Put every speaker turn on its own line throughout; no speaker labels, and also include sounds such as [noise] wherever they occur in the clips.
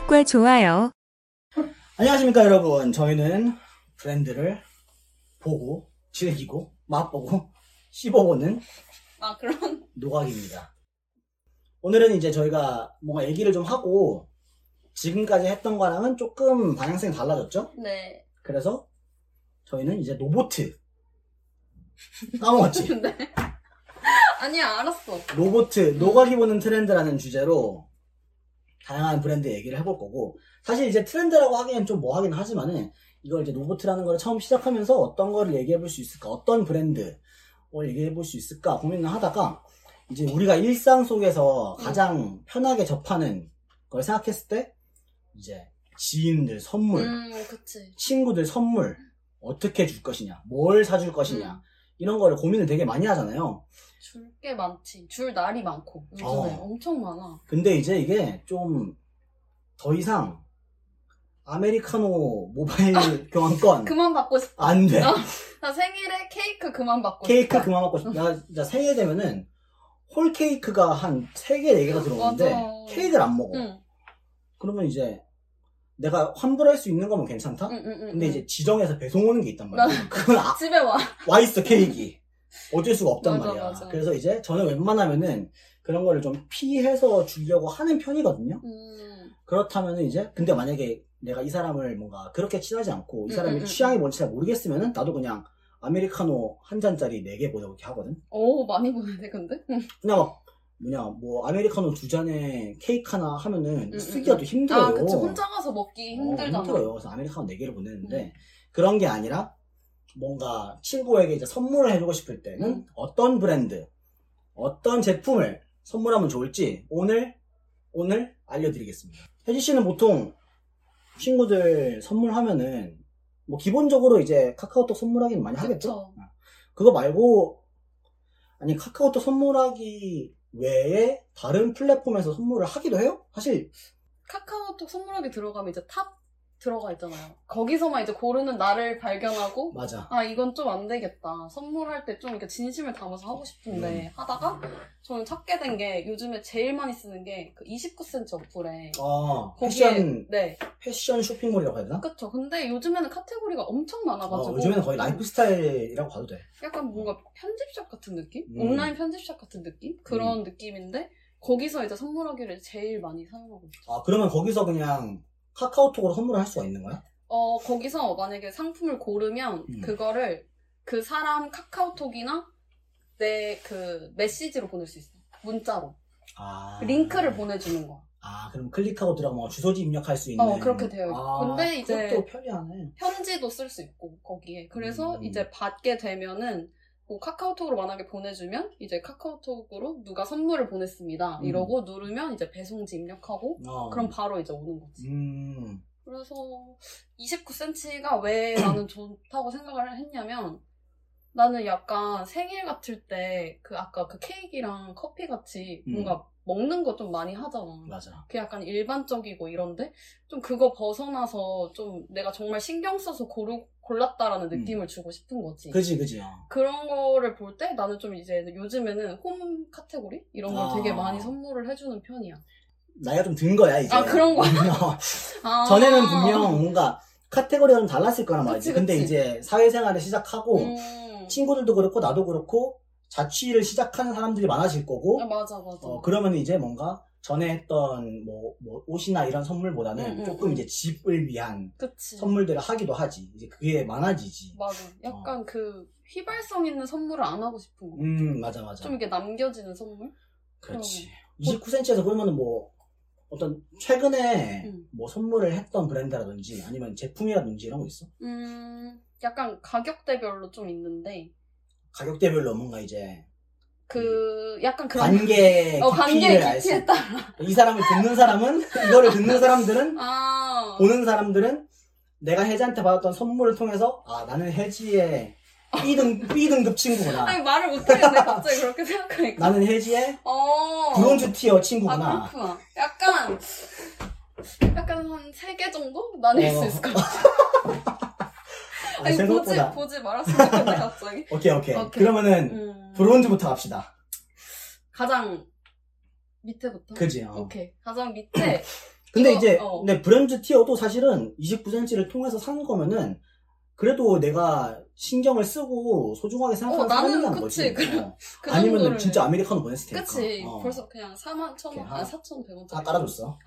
정말 좋아요.
안녕하십니까 여러분 저희는 브랜드를 보고 즐기고 맛보고 [laughs] 씹어보는
아 그런
노각입니다 오늘은 이제 저희가 뭔가 얘기를 좀 하고 지금까지 했던 거랑은 조금 방향성이 달라졌죠
[laughs] 네
그래서 저희는 이제 로보트 [laughs] 까먹었지
근데 아니야 알았어
로보트 노각이 보는 트렌드라는 주제로 다양한 브랜드 얘기를 해볼 거고 사실 이제 트렌드라고 하기엔 좀 뭐 하긴 하지만은 이걸 이제 로보트라는 걸 처음 시작하면서 어떤 거를 얘기해 볼 수 있을까 어떤 브랜드를 얘기해 볼 수 있을까 고민을 하다가 이제 우리가 일상 속에서 가장 편하게 접하는 걸 생각했을 때 이제 지인들 선물
음 그치
친구들 선물 어떻게 줄 것이냐 뭘 사줄 것이냐
음.
이런 거를 고민을 되게 많이 하잖아요
줄 게 많지 줄 날이 많고 요즘에
어.
엄청 많아
근데 이제 이게 좀 더 이상 아메리카노 모바일 [laughs] 교환권
그만 받고 싶다
안 돼.
어. 그러니까. 나 생일에 케이크 그만 받고
케이크
싶다
그만 먹고 싶다. 나 진짜 생일 되면은 홀 케이크가 한 3개, 4개가 들어오는데
맞아.
케이크를 안 먹어.
응,
그러면 이제 내가 환불할 수 있는 거면 괜찮다?
응, 응, 응,
근데
응.
이제 지정해서 배송 오는 게 있단 말이야. 그건 아,
집에 와
와 있어 케이크 어쩔 수가 없단
맞아,
말이야
맞아.
그래서 이제 저는 웬만하면은 그런 거를 좀 피해서 주려고 하는 편이거든요
음,
그렇다면은 이제 근데 만약에 내가 이 사람을 뭔가 그렇게 친하지 않고 이
음,
사람의
음, 음.
취향이 뭔지 잘 모르겠으면은 나도 그냥 아메리카노 한 잔짜리 4개 보내고 이렇게 하거든
오 많이 보내네 근데 응.
그냥 막 뭐냐 뭐 아메리카노 두 잔에 케이크 하나 하면은
음,
쓰기가
음.
또 힘들어요
아 그치 혼자 가서 먹기 힘들잖아
어, 힘들어요. 그래서 아메리카노 4개를 보냈는데
음.
그런 게 아니라 뭔가 친구에게 이제 선물을 해주고 싶을 때는
음.
어떤 브랜드, 어떤 제품을 선물하면 좋을지 오늘 오늘 알려드리겠습니다. 혜지 씨는 보통 친구들 선물하면은 뭐 기본적으로 이제 카카오톡 선물하기는 많이 하겠죠?
그쵸
그거 말고 아니 카카오톡 선물하기 외에 다른 플랫폼에서 선물을 하기도 해요? 사실
카카오톡 선물하기 들어가면 이제 탑 들어가 있잖아요 거기서만 이제 고르는 나를 발견하고
맞아.
아 이건 좀 안 되겠다. 선물할 때 좀 이렇게 진심을 담아서 하고 싶은데
음.
하다가 저는 찾게 된 게 요즘에 제일 많이 쓰는 게 그 29cm 어플에
아
거기에
패션
네 아,
패션 쇼핑몰이라고 해야 되나?
그쵸. 근데 요즘에는 카테고리가 엄청 많아가지고
어, 요즘에는 거의 라이프스타일이라고 봐도 돼.
약간 뭔가 편집샵 같은 느낌?
음.
온라인 편집샵 같은 느낌? 그런 느낌인데 거기서 이제 선물하기를 제일 많이 사용하고 있죠.
아 그러면 거기서 그냥 카카오톡으로 선물을 할 수가 있는 거야?
어 거기서 만약에 상품을 고르면
음.
그거를 그 사람 카카오톡이나 내 그 메시지로 보낼 수 있어. 문자로.
아
링크를 보내주는 거야.
아 그럼 클릭하고 들어가면 뭐 주소지 입력할 수 있는.
어, 그렇게 돼요.
아,
근데 이제-
그것도 편리하네.
편지도 쓸 수 있고 거기에 그래서
음.
이제 받게 되면은 뭐 카카오톡으로 만약에 보내주면 이제 카카오톡으로 누가 선물을 보냈습니다
음.
이러고 누르면 이제 배송지 입력하고
어.
그럼 바로 이제 오는 거지
음
그래서 29cm가 왜 나는 좋다고 생각을 했냐면 나는 약간 생일 같을 때 그 아까 그 케이크랑 커피 같이
음.
뭔가 먹는 거 좀 많이 하잖아
맞아.
그 약간 일반적이고 이런데 좀 그거 벗어나서 좀 내가 정말 신경 써서 고르 골랐다라는
음.
느낌을 주고 싶은 거지.
그지 그지. 어.
런 거를 볼 때 나는 좀 이제 요즘에는 홈 카테고리 이런 걸
아.
되게 많이 선물을 해주는 편이야.
나이가 좀 든 거야 이제.
아, 그런 거야?
어,
[laughs] 아.
전에는 분명 뭔가 카테고리가 좀 달랐을 거란 말이지.
그치,
근데
그치.
이제 사회생활을 시작하고
음.
친구들도 그렇고 나도 그렇고 자취를 시작하는 사람들이 많아질 거고
아, 맞아 맞아.
어, 그러면 이제 뭔가 전에 했던 뭐, 뭐 옷이나 이런 선물보다는
음, 음,
조금
음. 네.
이제 집을 위한
그치.
선물들을 하기도 하지. 이제 그게 많아지지.
맞아. 약간 그 휘발성 있는 선물을 안 하고 싶은 거.
어. 음, 맞아, 맞아.
좀 이게 남겨지는 선물?
그렇지. 29cm에서 보면은 뭐 어떤 최근에
음.
뭐 선물을 했던 브랜드라든지 아니면 제품이라든지 이런 거 있어?
음. 약간 가격대별로 좀 있는데
가격대별로 뭔가 이제
그 약간 그런
관계 깊이를
어, 관계
알 수.
깊이에
있다.
따라.
이 사람을 듣는 사람은 [laughs] 이거를 듣는 사람들은
아.
보는 사람들은 내가 혜지한테 받았던 선물을 통해서 아 나는 혜지의 B등 B등급 친구구나.
아니, 말을 못하겠네, 갑자기 그렇게 생각하니까.
나는 혜지의
어.
브론즈 티어
아,
친구구나.
그렇구나. 약간, 약간 한 세 개 정도? 나뉠
어.
수 있을 것 같아.
아,
아니,
생각보다.
보지, 보지 말았으면 좋겠네, 갑자기.
오케이, 오케이
오케이.
그러면은
음.
브론즈부터 갑시다.
가장 밑에부터?
그지? 어.
오케이. 가장 밑에
근데
이거,
이제 네.
어.
근데 브랜드 티어도 사실은 29cm를 통해서 산 거면은 그래도 내가 신경을 쓰고 소중하게 생각하는
어, 나는
사람이라는
그치,
거지.
그럼
어.
그
아니면
정도를-
은 진짜 아메리카노 보냈을 테니까.
그치
어.
벌써 그냥 4만 1천 원
이렇게
아
하나.
4천 100원짜리
다 깔아줬어.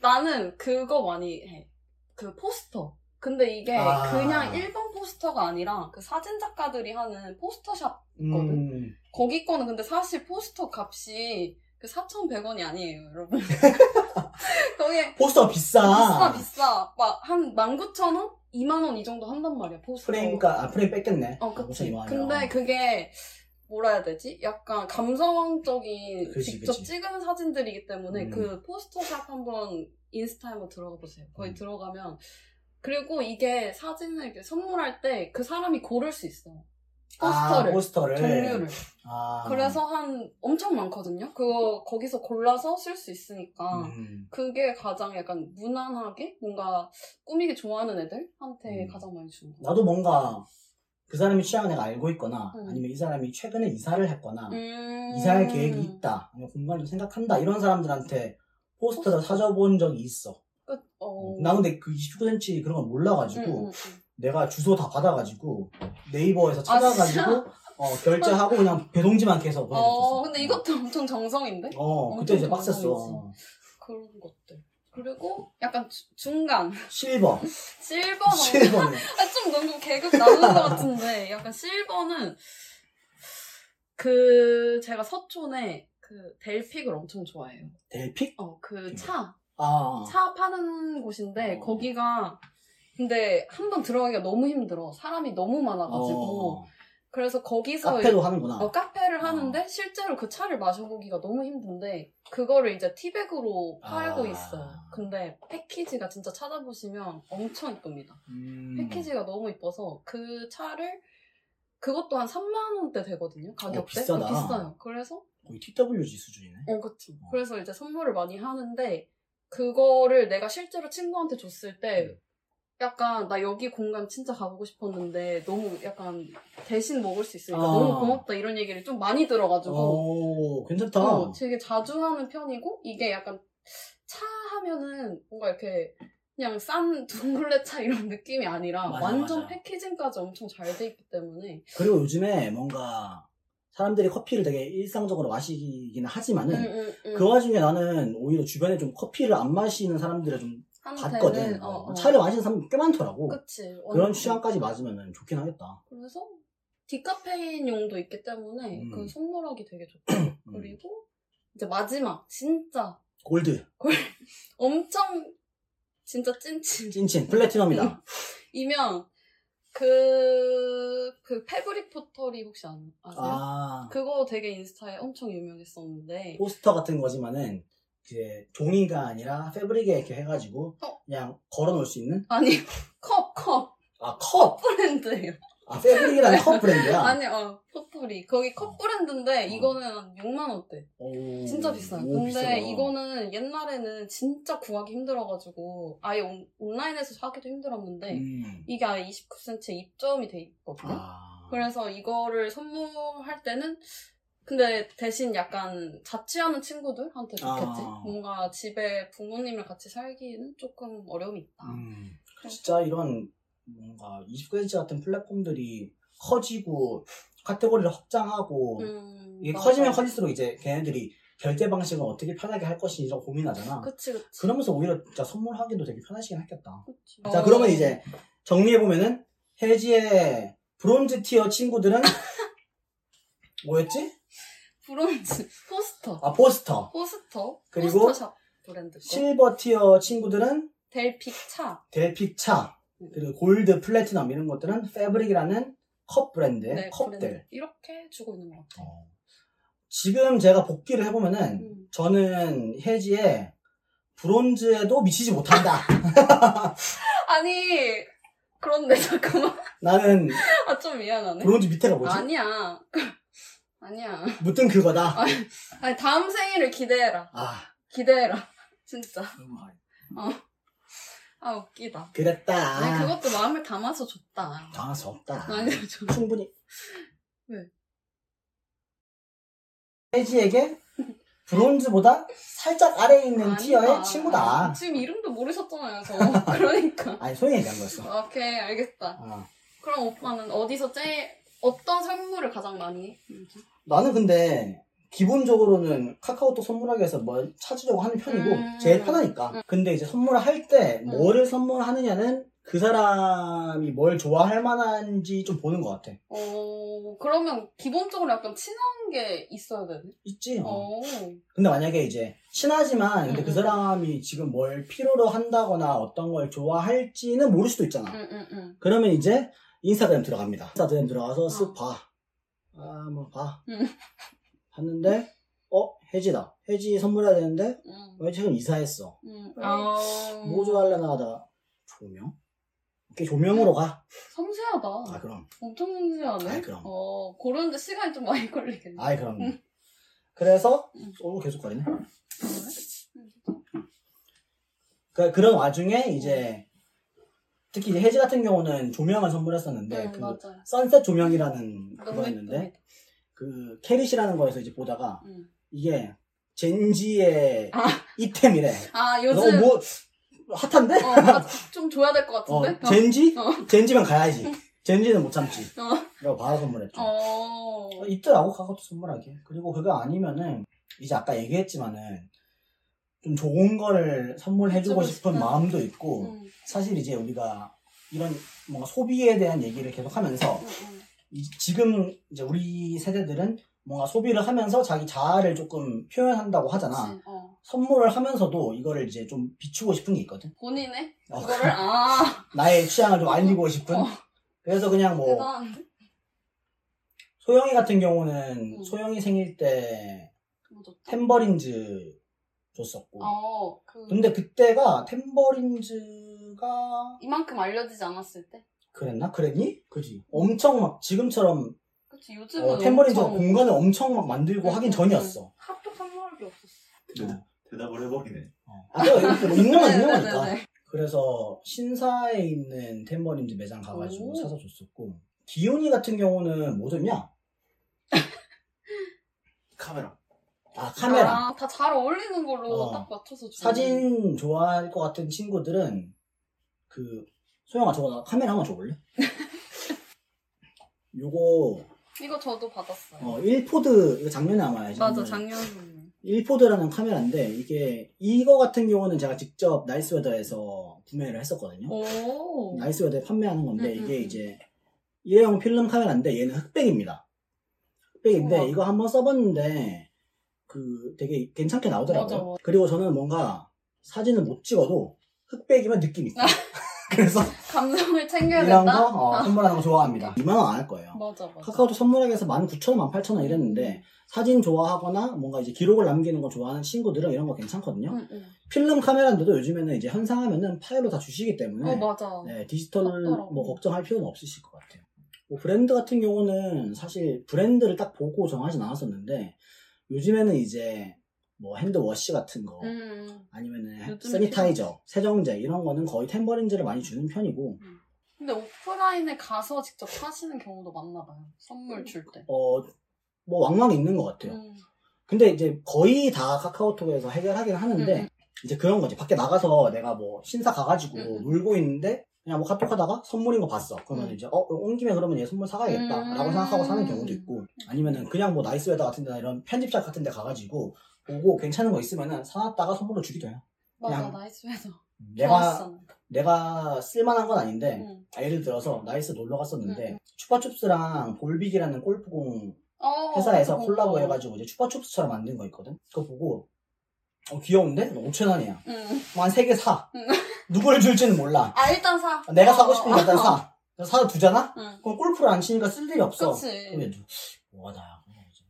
나는 그거 많이 해. 그 포스터. 근데 이게
아.
그냥 일반 포스터가 아니라 그 사진 작가들이 하는 포스터샵.
음,
거기 거는 근데 사실 포스터 값이 그 4,100원이 아니에요, 여러분. [laughs] 거기에
포스터 비싸.
비싸, 비싸. 막한 19,000원? 2만원 이 정도 한단 말이야, 포스터.
프레임가 아 프레임 뺏겼네.
어, 그치.
엄청 이만해요.
근데 그게 뭐라 해야 되지? 약간 감성적인
그치,
직접
그치.
찍은 사진들이기 때문에
음.
그 포스터샵 한번 인스타에 한번 들어가 보세요. 거기
음.
들어가면 그리고 이게 사진을 이렇게 선물할 때 그 사람이 고를 수 있어. 포스터를.
아, 포스터를.
종류를.
아.
그래서 한 엄청 많거든요. 그거 거기서 골라서 쓸 수 있으니까.
음.
그게 가장 약간 무난하게 뭔가 꾸미기 좋아하는 애들한테
음.
가장 많이 주는 거.
나도 뭔가 그 사람이 취향을 내가 알고 있거나
음.
아니면 이 사람이 최근에 이사를 했거나
음.
이사할 계획이 있다. 아니면 공간을 생각한다. 이런 사람들한테 포스터를 사줘본 적이 있어.
끝. 어. 음,
나 근데 그 29cm 그런 걸 몰라가지고
응, 응, 응.
내가 주소 다 받아가지고 네이버에서
진짜?
찾아가지고 어, 결제하고 그냥 배송지만 이렇게 해서 보내줬어.
어, 근데 이것도 엄청 정성인데?
어,
엄청
그때 이제 빡셌어.
정성이지. 그런 것들. 그리고 약간 주- 중간.
실버.
실버 너무.
실버는.
아, 좀 너무 계급 나누는 것 같은데. 약간 실버는 그, 제가 서촌에 그 델픽을 엄청 좋아해요.
델픽?
어, 그 차.
아.
차 파는 곳인데,
어.
거기가. 근데 한 번 들어가기가 너무 힘들어. 사람이 너무 많아가지고.
어,
그래서 거기서.
카페도 하는구나.
어, 카페를
아.
하는데 실제로 그 차를 마셔보기가 너무 힘든데 그거를 이제 티백으로 팔고
아.
있어요. 근데 패키지가 진짜 찾아보시면 엄청 이쁩니다.
음.
패키지가 너무 이뻐서 그 차를 그것도 한 3만 원대 되거든요. 가격대
어, 비싸다.
비싸요. 그래서
거의 TWG 수준이네.
어, 그치.
어.
그래서 이제 선물을 많이 하는데, 그거를 내가 실제로 친구한테 줬을 때,
음.
약간, 나 여기 공간 진짜 가보고 싶었는데, 너무 약간, 대신 먹을 수 있으니까
아.
너무 고맙다, 이런 얘기를 좀 많이 들어가지고,
오, 괜찮다.
어, 되게 자주 하는 편이고, 이게 약간, 차 하면은, 뭔가 이렇게, 그냥 싼 [laughs] 둥글레 차 이런 느낌이 아니라,
맞아,
완전
맞아.
패키징까지 엄청 잘 돼 있기 때문에,
그리고 요즘에 뭔가 사람들이 커피를 되게 일상적으로 마시긴 하지만은
음, 음, 음.
그 와중에 나는 오히려 주변에 좀 커피를 안 마시는 사람들을 좀
한테는,
봤거든.
음, 어,
어,
어.
차를 마시는 사람 꽤 많더라고.
그치. 어.
그런
완전.
취향까지 맞으면 좋긴 하겠다.
그래서 디카페인용도 있기 때문에
음.
그 선물하기 되게 좋고
음.
그리고 이제 마지막 진짜
골드,
엄청 진짜 찐친이면
찐친,
음. [laughs]
플래티넘이다.
그, 그 패브릭 포털이 혹시 아- 아세요?
아
그거 되게 인스타에 엄청 유명했었는데
포스터 같은 거지만은 이제 종이가 아니라 패브릭에 이렇게 해가지고
어.
그냥 걸어놓을 수 있는
아니 [laughs] 컵 컵
아 컵,
브랜드예요
아 패브릭이라는 컵 브랜드야.
[laughs] 아니 어 포털이 거기 컵 브랜드인데 이거는 한 6만 원대
아. 오,
진짜 비싸요.
오,
근데
비싸다.
이거는 옛날에는 진짜 구하기 힘들어가지고 아예 온, 라인에서 사기도 힘들었는데
음.
이게 아예 29cm 입점이 돼 있거든요.
아.
그래서 이거를 선물할 때는 근데 대신 약간 자취하는 친구들한테 좋겠지.
아.
뭔가 집에 부모님을 같이 살기는 조금 어려움이 있다.
음, 진짜 이런 뭔가 29cm 같은 플랫폼들이 커지고 카테고리를 확장하고
음,
뭐. 이게
맞아.
커지면 커질수록 이제 걔네들이 결제 방식을 어떻게 편하게 할 것인지 좀 고민하잖아.
그치 그치.
그러면서 오히려 진짜 선물하기도 되게 편하시긴 했겠다.
그치.
자
어.
그러면 이제 정리해 보면은 혜지의 브론즈 티어
[laughs]
친구들은 뭐였지?
브론즈 포스터
아 포스터.
포스터
그리고
포스터샵 브랜드 거
실버 티어 친구들은
델픽 차
델픽차
네.
그리고 골드 플래티넘 이런 것들은 패브릭이라는 컵 브랜드의
네,
컵들.
브랜드. 이렇게 주고 있는 것 같아요.
어. 지금 제가 복귀를 해보면은
음.
저는 혜지의 브론즈에도 미치지 못한다.
아니 그런데 [laughs] 잠깐만
나는
아 좀 미안하네.
브론즈 밑에가 뭐지?
아니야 [laughs] 아니야.
무튼 그거다.
아. 아니 다음 생일을 기대해라
아,
기대해라 [laughs] 진짜 아 웃기다.
그랬다.
아니 그것도 마음을 담아서 줬다.
당할 수 없다.
아니 저
충분히.
왜?
혜지에게 브론즈보다 살짝 아래에 있는
아니다.
티어의 친구다.
지금 이름도 모르셨잖아요, 저. [laughs] 그러니까.
아니, 소영이 얘기한 거였어.
오케이, 알겠다.
어.
그럼 오빠는 어디서 제일, 어떤 선물을 가장 많이 해?
나는 근데 기본적으로는 카카오톡 선물하기 위해서 뭘 찾으려고 하는 편이고
음.
제일 편하니까 근데 이제 선물을 할 때 뭐를 선물하느냐는 그 사람이 뭘 좋아할 만한지 좀 보는 것 같아
어, 그러면 기본적으로 약간 친한 게 있어야 되네.
있지 어.
어.
근데 만약에 이제 친하지만 근데
음,
그
음.
사람이 지금 뭘 필요로 한다거나 어떤 걸 좋아할지는 모를 수도 있잖아
응, 응, 응.
그러면 이제 인스타그램 들어갑니다. 인스타그램 들어가서
어.
쓱 봐. 아, 뭐 봐.
음.
봤는데, 어? 혜지다. 혜지 선물해야 되는데,
응.
어, 최근 이사했어.
응. 아.
뭐 좋아하려나 하다가, 조명? 오케이, 조명으로 가.
섬세하다.
아, 그럼.
엄청 섬세하네.
아이, 그럼.
어, 그런데 시간이 좀 많이 걸리겠네.
아이, 그럼. 그래서,
음.
오, 계속 거리네. 아. 그, 그런 와중에, 이제, 특히 이제 혜지 같은 경우는 조명을 선물했었는데,
응,
그,
음. 어, 맞아요.
선셋 조명이라는
너무
그거였는데,
예쁩니다.
그, 캐릿이라는 거에서 이제 보다가,
응.
이게 젠지의
아.
이템이래.
아,
너
요즘.
뭐 핫한데?
어, 나 좀 줘야 될 것
어,
같은데?
젠지?
어.
젠지만 가야지. 젠지는 못 참지.
어.
라고 받아 선물했죠.
어.
어, 있더라고 가격도 선물하기. 그리고 그거 아니면은 이제 아까 얘기했지만은 좀 좋은 거를 선물해주고
해주고
싶은
싶다.
마음도 있고
응,
사실 이제 우리가 이런 뭔가 소비에 대한 얘기를 계속하면서
응, 응.
이- 지금 이제 우리 세대들은 뭔가 소비를 하면서 자기 자아를 조금 표현한다고 하잖아.
그치, 어.
선물을 하면서도 이거를 이제 좀 비추고 싶은 게 있거든.
본인의
어,
그거를 아
[laughs] 나의 취향을 좀 알리고 싶은.
어.
그래서 그냥 뭐
대단
소영이 같은 경우는
음.
소영이 생일 때
좋다.
템버린즈 줬었고.
어그
근데 그때가 템버린즈가
이만큼 알려지지 않았을 때
그랬나? 그랬니? 그지. 엄청 막 지금처럼
그치 요즘은
어, 템버린즈 가
엄청 음,
공간을 엄청 막 만들고
응,
하긴
응,
전이었어.
합격 선물할 게 없었어
대답을 해버리네.
어. 아, 내가 이렇게 뭐 있는 건 있는
[laughs] 네,
거니까.
네, 네, 네.
그래서 신사에 있는 탬버린즈 매장 가가지고
오.
사서 줬었고 기훈이 같은 경우는 뭐 줬냐?
[laughs] 카메라.
아 카메라
아, 다 잘 어울리는 걸로
어.
딱 맞춰서 주는
사진 좋아할 것 같은 친구들은 그 소영아 저거 나 카메라 하나
[laughs]
줘볼래? 요거
이거 저도 받았어요
어, 네. 1포드 이거 작년에 아마
맞아
작년에
작년 선물
1포드라는 카메라인데 이게 이거 같은 경우는 제가 직접 나이스웨더에서 구매를 했었거든요
오
나이스웨더에 판매하는 건데
음, 음,
이게
음.
이제 일회용 필름 카메라인데 얘는 흑백입니다. 흑백인데
우와.
이거 한번 써봤는데 그 되게 괜찮게 나오더라고요.
맞아, 맞아.
그리고 저는 뭔가 사진을 못 찍어도 흑백이면 느낌 있다. [laughs]
[laughs]
그래서
감성을 챙겨야
이런 거
아. 된다 뭐.
어, 선물하는 거 좋아합니다. 2만 원 안 할 거예요.
맞아 맞아
카카오톡 선물하기 위해서 19,000원, 18,000원
음.
이랬는데 사진 좋아하거나 뭔가 이제 기록을 남기는 거 좋아하는 친구들은 이런 거 괜찮거든요.
응, 응.
필름 카메라인데도 요즘에는 이제 현상하면은 파일로 다 주시기 때문에
어 맞아
네, 디지털
맞더라고요.
뭐 걱정할 필요는 없으실 것 같아요. 뭐 브랜드 같은 경우는 사실 브랜드를 딱 보고 정하진 않았었는데 요즘에는 이제 뭐 핸드워시 같은 거
음.
아니면은
요즘에
세니타이저, 세정제 이런 거는 거의 템버린즈를 많이 주는 편이고
근데 오프라인에 가서 직접 사시는 경우도 많나 봐요
음.
선물 줄때
어뭐 왕왕 있는 것 같아요.
음.
근데 이제 거의 다 카카오톡에서 해결하긴 하는데
음.
이제 그런 거지. 밖에 나가서 내가 뭐 신사 가가지고
음, 음.
놀고 있는데 그냥 뭐 카톡 하다가 선물인 거 봤어. 그러면
음.
이제 어, 온 김에 그러면 얘 선물 사가야겠다.
음.
라고 생각하고 사는 경우도 있고 아니면은 그냥 뭐 나이스웨더 같은 데나 이런 편집샵 같은 데 가가지고 보고 괜찮은 거 있으면은 사놨다가 선물로 주기도 해요.
맞아
그냥
[laughs] 나이스웨더
내가,
좋았어. 음.
내가 쓸만한 건 아닌데
응.
아, 예를 들어서 나이스 놀러 갔었는데
음,
추파춥스랑 볼빅이라는 골프공
어,
회사에서
그거.
콜라보 해가지고 이제 추파춥스처럼 만든 거 있거든. 그거 보고 어 귀여운데 5천 원이야. 뭐
응.
한 세 개 사.
응.
누구를 줄지는 몰라.
음. 아 일단 사.
내가
어,
사고 싶은 거
어,
일단
어.
사. 그래서 사서 두잖아.
응.
그럼 골프를 안 치니까 쓸 일이 없어. 음.
그치.
그러면 누- 와, 나 이제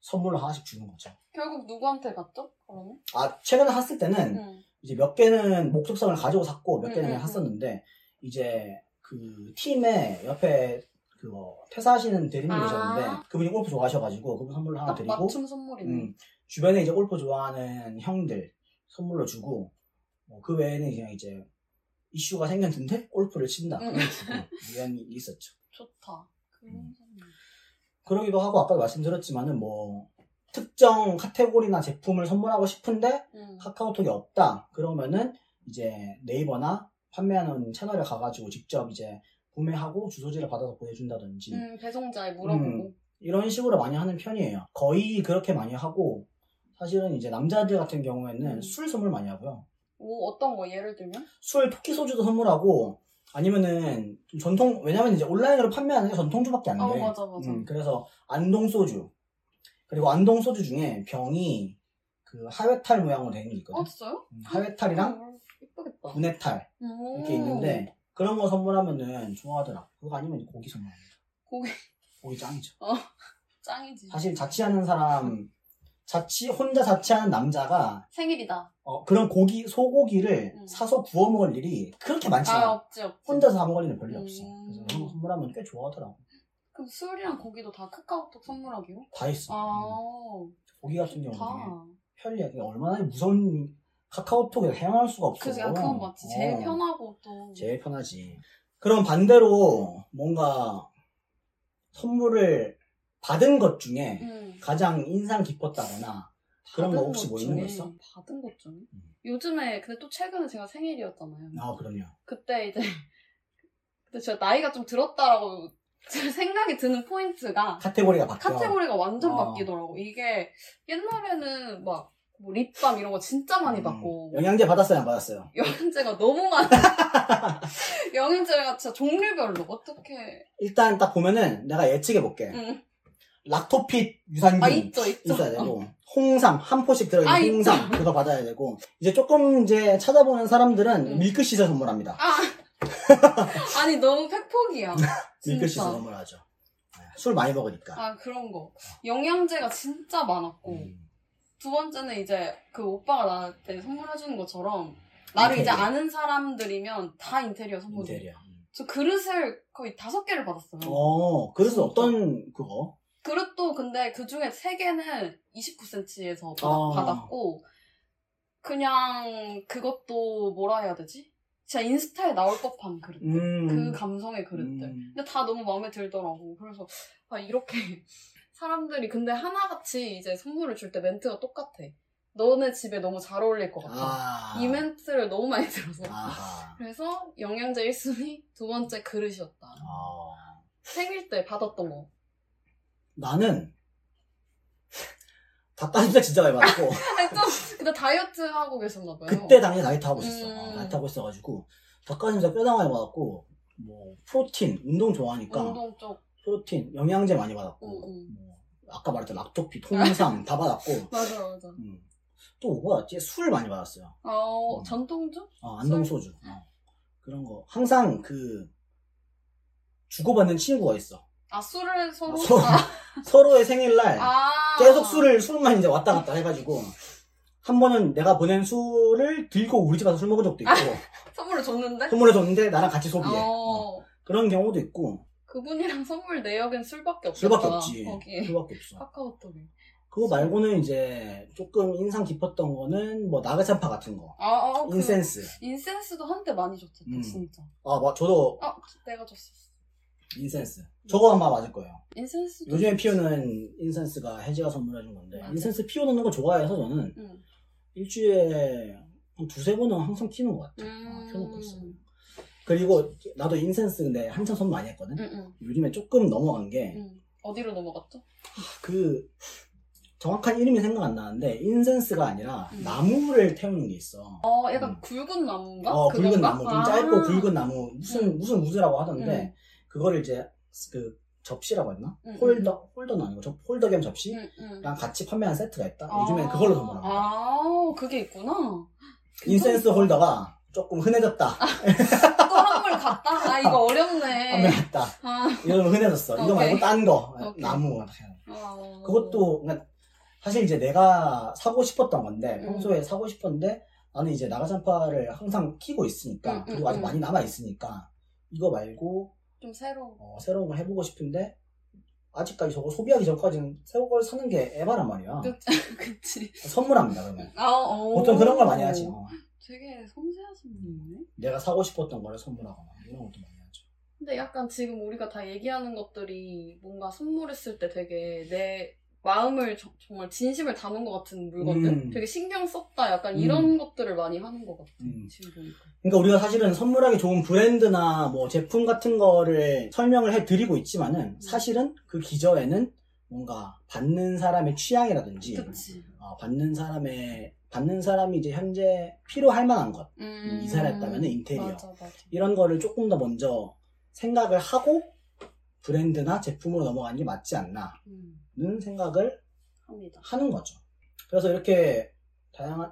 선물로 하나씩 주는 거죠.
결국 누구한테 갔죠? 그러면? 음.
아 최근에 샀을 때는
응.
이제 몇 개는 목적성을 가지고 샀고 몇 개는
응,
그냥
응,
샀었는데 이제 그 팀에 옆에 그거 퇴사하시는 대리님이
아.
계셨는데 그분이 골프 좋아하셔가지고 그분 선물로 하나
딱
드리고
맞춤 선물이네.
음, 주변에 이제 골프 좋아하는 형들 선물로 주고 뭐, 그 외에는 그냥 이제 이슈가 생겼는데 골프를 친다 그런
음.
주고 위안이 있었죠.
좋다. 그런
음.
선물.
그러기도 하고 아까 말씀드렸지만은 뭐 특정 카테고리나 제품을 선물하고 싶은데
음.
카카오톡이 없다. 그러면은 이제 네이버나 판매하는 채널에 가가지고 직접 이제 구매하고 주소지를 받아서 보내준다든지
음, 배송자에 물어보고.
음. 이런 식으로 많이 하는 편이에요. 거의 그렇게 많이 하고 사실은 이제 남자들 같은 경우에는
음.
술 선물 많이 하고요.
뭐 어떤 거 예를 들면?
술 토끼 소주도 선물하고 아니면은 좀 전통 왜냐면 이제 온라인으로 판매하는 게 전통주밖에 안 돼.
아 맞아 맞아.
음, 그래서 안동 소주 그리고 안동 소주 중에 병이 그 하회탈 모양으로 되는 게 있거든.
어
요
진짜요?
하회탈이랑
음, 이쁘겠다.
분해탈
음.
이렇게 있는데 그런 거 선물하면은 좋아하더라. 그거 아니면 이제 고기 선물.
고기.
고기 짱이죠.
짱이지.
사실 자취하는 사람 자취 혼자 자취하는 남자가
생일이다.
어, 그런 고기 소고기를
음.
사서 구워 먹을 일이 그렇게 많지
아
않아.
없지 없지.
혼자서 사 먹을 일은 별로 없어.
음.
그래서 그런 거 선물하면 꽤 좋아하더라고.
그럼 술이랑 고기도 다 카카오톡 선물하기로?
다 있어.
아.
음. 고기 같은 경우는
다.
되게 편리해. 그게 얼마나 무서운 카카오톡에 사용할 수가 없어.
그래서 그건 맞지. 제일
어,
편하고 또.
제일 편하지. 그럼 반대로 뭔가 선물을 받은 것 중에
음.
가장 인상 깊었다거나 그런 거
받은
혹시
것
뭐 있는 거
중에-
있어?
받은 것 중에?
음.
요즘에 근데 또 최근에 제가 생일이었잖아요.
아 그럼요.
그때 이제 [laughs] 그때 제가 나이가 좀 들었다라고 제 생각이 드는 포인트가
카테고리가 바뀌어.
카테고리가 완전
어.
바뀌더라고. 이게 옛날에는 막뭐 립밤 이런 거 진짜 많이
음,
받고
영양제 받았어요, 안 받았어요?
영양제가 너무 많아. [laughs] 영양제가 진짜 종류별로 어떻게
일단 딱 보면은 내가 예측해 볼게.
응.
락토핏 유산균
아 있죠 있죠.
음, 있어야 되고 홍삼 한 포씩
아,
들어있는
있죠.
홍삼 그거 받아야 되고 이제 조금 이제 찾아보는 사람들은
음.
밀크 시저 선물합니다.
아 아니
[laughs]
너무 팩폭이야.
밀크 시저
진짜.
선물하죠. 네, 술 많이 먹으니까.
아 그런 거 영양제가 진짜 많았고
음.
두 번째는 이제 그 오빠가 나한테 선물해주는 것처럼 나를 이제
인테리어.
아는 사람들이면 다 인테리어 선물.
인테리어.
저 그릇을 거의 다섯 개를 받았어요.
어 그래서
진짜.
어떤 그거?
그릇도 근데 그 중에 세 개는 29cm에서
아.
받았고 그냥 그것도 뭐라 해야 되지? 진짜 인스타에 나올 법한 그릇들.
음.
그 감성의 그릇들.
음.
근데 다 너무 마음에 들더라고. 그래서 아 이렇게 [laughs] 사람들이 근데 하나같이 이제 선물을 줄 때 멘트가 똑같아. 너네 집에 너무 잘 어울릴 것 같아.
아.
이 멘트를 너무 많이 들어서.
아하.
그래서 영양제 1순위 두 번째 그릇이었다.
어.
생일 때 받았던 거.
나는 [laughs] 닭가슴살 진짜 많이 받았고
아니, 좀 근데 다이어트 하고 계셨나 봐요.
그때 당시 다이어트 하고 있었어.
음.
어, 다이어트 하고 있어가지고 닭가슴살 꽤 많이 받았고 뭐 프로틴 운동 좋아하니까
운동 음, 쪽.
프로틴 영양제 많이
응,
받았고
응.
뭐, 아까 말했던 락토핏 홍삼 다 받았고
[laughs] 맞아 맞아.
음. 또 뭐였지 술 많이 받았어요.
어
음.
전통주?
어, 안동 소주 어. 그런 거 항상 그 주고받는 친구가
[laughs]
있어.
아 술을 서로.
서로.
아,
서로의 생일날
아.
계속 술을 술만 이제 왔다 갔다 해가지고 한 번은 내가 보낸 술을 들고 우리 집 와서 술 먹은 적도
[laughs]
있고
선물을 줬는데.
선물해 줬는데 나랑 같이 소비해 어,
어.
그런 경우도 있고
그분이랑 선물 내역엔 술밖에 없어.
술밖에 없지
그렇죠. 거기에
술밖에 없어
카카오톡에.
그거 말고는 이제 조금 인상 깊었던 거는 뭐 나그산파 같은 거
아, 아 그, 인센스.
인센스
인센스도 한때 많이 줬었다
음.
진짜.
아 마- 저도
아 내가 줬었어.
인센스 저거
음.
아마 맞을 거예요
인센스도.
요즘에 피우는 인센스가 혜지가 선물해준 건데
맞아.
인센스 피워놓는 걸 좋아해서 저는
응.
일주일에 한 두세 번은 항상 피우는 것 같아요
음.
아, 펴놓고 있어 그리고 나도 인센스 근데 한참 선물 많이 했거든
응, 응,
요즘에 조금 넘어간 게,
응. 음, 어디로 넘어갔죠?
그, 정확한 이름이 생각 안 나는데, 인센스가 아니라,
음.
나무를 태우는 게 있어.
어, 약간
음.
굵은 나무인가?
어, 굵은
그건가?
나무, 좀
아.
짧고 굵은 나무, 무슨,
음.
무슨 우드라고 하던데,
음.
그거를 이제, 그, 접시라고 했나?
음,
홀더, 홀더는 아니고, 저 홀더 겸 접시랑
응, 응.
같이 판매한 세트가 있다?
아.
요즘엔 그걸로 선물한다.
아, 그게 있구나.
인센스 홀더가 조금 흔해졌다,
아, 또한물 갔다? 아, 이거 어렵네.
판매했다.
아,
이러면 흔해졌어. 이거
오케이.
말고 딴 거,
오케이.
나무.
어.
그것도 그러니까 사실 이제 내가 사고 싶었던 건데
음.
평소에 사고 싶었는데 나는 이제 나가산파를 항상 키고 있으니까
음, 음,
그리고 아직
음.
많이 남아 있으니까 이거 말고
좀 새로운 거.
어, 새로운 걸 해보고 싶은데 아직까지 저거 소비하기 전까지는 새로운 걸 사는 게 에바란 말이야
그- 그치.
선물합니다 그러면
아, 어.
보통 그런 걸 많이 하지 어.
되게 섬세하신 분이네.
내가 사고 싶었던 거를 선물하거나 이런 것도 많이 하죠
근데 약간 지금 우리가 다 얘기하는 것들이 뭔가 선물했을 때 되게 내 마음을 저- 정말 진심을 담은 것 같은 물건들
음.
되게 신경 썼다 약간
음.
이런 것들을 많이 하는 것 같아요
음.
지금 보니까
그러니까 우리가 사실은 선물하기 좋은 브랜드나 뭐 제품 같은 거를 설명을 해드리고
음.
있지만은 사실은 그 기저에는 뭔가 받는 사람의 취향이라든지
그치
어, 받는 사람의 받는 사람이 이제 현재 필요할 만한 것
음.
이사를 했다면 인테리어
맞아 맞아
이런 거를 조금 더 먼저 생각을 하고 브랜드나 제품으로 넘어가는 게 맞지 않나는
음.
생각을
합니다
하는 거죠. 그래서 이렇게 다양한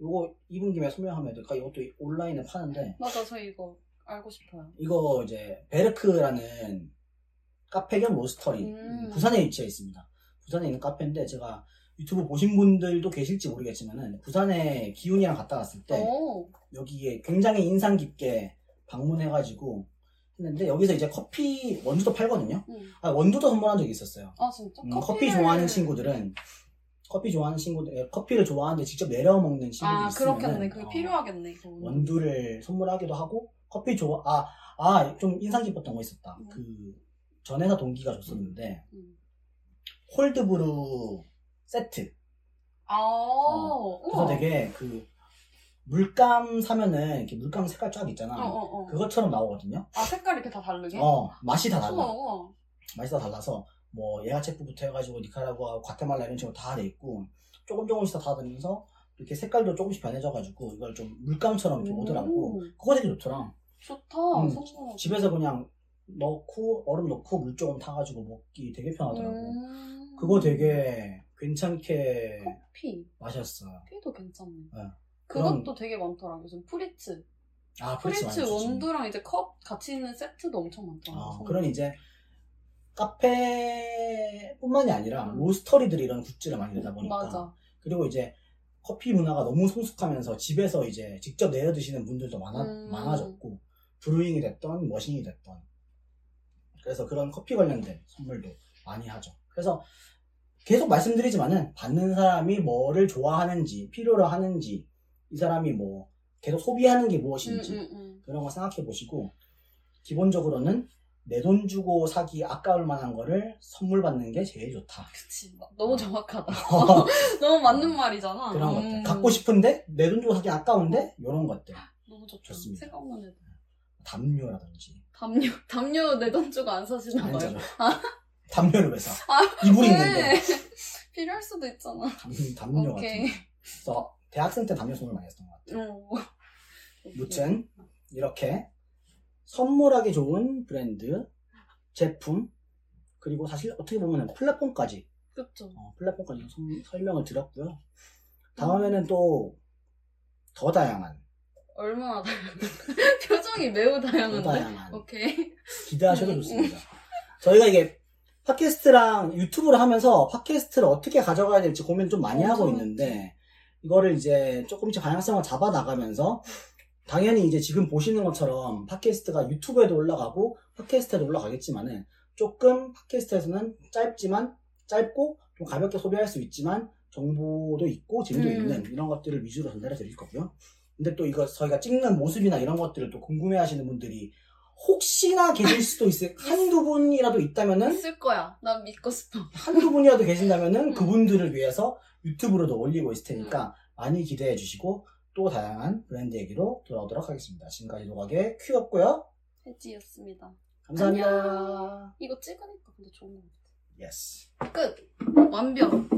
요거 입은 김에 설명하면 될까? 이것도 온라인에 파는데
맞아 저 이거 알고 싶어요
이거 이제 베르크라는 카페 겸 로스터리
음.
부산에 위치해 있습니다. 부산에 있는 카페인데 제가 유튜브 보신 분들도 계실지 모르겠지만은 부산에 기훈이랑 갔다 왔을 때
오
여기에 굉장히 인상 깊게 방문해가지고 했는데 여기서 이제 커피 원두도 팔거든요.
음.
아, 원두도 선물한 적이 있었어요.
아 진짜
음, 커피 좋아하는 친구들은 커피 좋아하는 친구들 예, 커피를 좋아하는데 직접 내려 먹는 친구들이
아
있으면
그렇겠네 그게 필요하겠네 이거
원두를 선물하기도 하고 커피 좋아 아아좀 인상 깊었던 거 있었다.
음.
그 전회사 동기가 줬었는데
음.
홀드브루 세트
아
그래서
우와
되게 그 물감 사면은 이렇게 물감 색깔 쫙 있잖아.
어, 어, 어.
그것처럼 나오거든요.
아 색깔 이렇게 다 다르게
어, 맛이 다 달라.
우와 우와
맛이 다 달라서, 뭐, 예하체프부터 해가지고, 니카라구아, 과테말라 이런 식으로 다 돼 있고, 조금 조금씩 다 다르면서, 이렇게 색깔도 조금씩 변해져가지고, 이걸 좀 물감처럼 이렇게 오더라고.
음.
그거 되게 좋더라.
좋다
음.
성공
집에서 그냥 넣고, 얼음 넣고, 물 조금 타가지고 먹기 되게 편하더라고.
음. 어,
그거 되게 괜찮게
커피
마셨어. 요
커피도 괜찮네
네.
그것도
그럼-
되게 많더라 요즘 프리츠
아,
프리츠
많이 주지.
원두랑 음. 이제 컵 같이 있는 세트도 엄청 많더라
어,
고
그런 이제, 카페뿐만이 아니라,
음.
로스터리들이 이런 굿즈를 많이 내다 보니까.
맞아 음,
그리고 이제 커피 문화가 너무 성숙하면서 집에서 이제 직접 내려 드시는 분들도 많아,
음.
많아졌고 브루잉이 됐던 머신이 됐던 그래서 그런 커피 관련된 선물도 많이 하죠 그래서 계속 말씀드리지만은 받는 사람이 뭐를 좋아하는지 필요로 하는지 이 사람이 뭐 계속 소비하는 게
음,
무엇인지
음, 음.
그런 거 생각해 보시고 기본적으로는 내 돈 주고 사기 아까울 만한 거를 선물 받는 게 제일 좋다
그치 너무
[laughs]
정확하다 [laughs] 너무 맞는 말이잖아
어. 그런
음.
것들. 갖고 싶은데 내 돈 주고 사기 아까운데 이런 것들.
너무 좋다
좋습니다.
생각만 해도
담요라든지.
담요 담요 내 돈 주고 안 사시나 봐요
안자로 담요를 왜 사?
아,
이불이
왜?
있는데.
[laughs] 필요할 수도 있잖아
담, 담요 같은.
오케이
거. 그래서 대학생 때 담요 손을 많이 했던 것 같아요.
오. 음.
무튼 이렇게 선물하기 좋은 브랜드, 제품 그리고 사실 어떻게 보면 플랫폼까지
그쵸
어, 플랫폼까지 선- 설명을 드렸고요. 다음에는 또 더 다양한,
얼마나 다양한 [laughs] 표정이 매우
더
다양한데
다양한
오케이 [laughs]
기대하셔도
음.
좋습니다. 저희가 이게 팟캐스트랑 유튜브를 하면서 팟캐스트를 어떻게 가져가야 될지 고민을 좀 많이
어,
하고
그렇지.
있는데 이거를 이제 조금씩 방향성을 잡아 나가면서 당연히 이제 지금 보시는 것처럼 팟캐스트가 유튜브에도 올라가고 팟캐스트에도 올라가겠지만은 조금 팟캐스트에서는 짧지만 짧고 좀 가볍게 소비할 수 있지만 정보도 있고 재미도
음.
있는 이런 것들을 위주로 전달해 드릴 거고요. 근데 또 이거 저희가 찍는 모습이나 이런 것들을 또 궁금해 하시는 분들이 혹시나 계실 수도 있을 한두 분이라도 있다면은
있을 거야 난 믿고 싶어 [laughs]
한두 분이라도 계신다면은
음.
그분들을 위해서 유튜브로도 올리고 있을 테니까 많이 기대해 주시고 또 다양한 브랜드 얘기로 돌아오도록 하겠습니다. 지금까지 노각의 큐였고요.
해지였습니다
감사합니다.
안녕. 이거 찍으니까 근데 좋은 것
예스.
같아 끝 완벽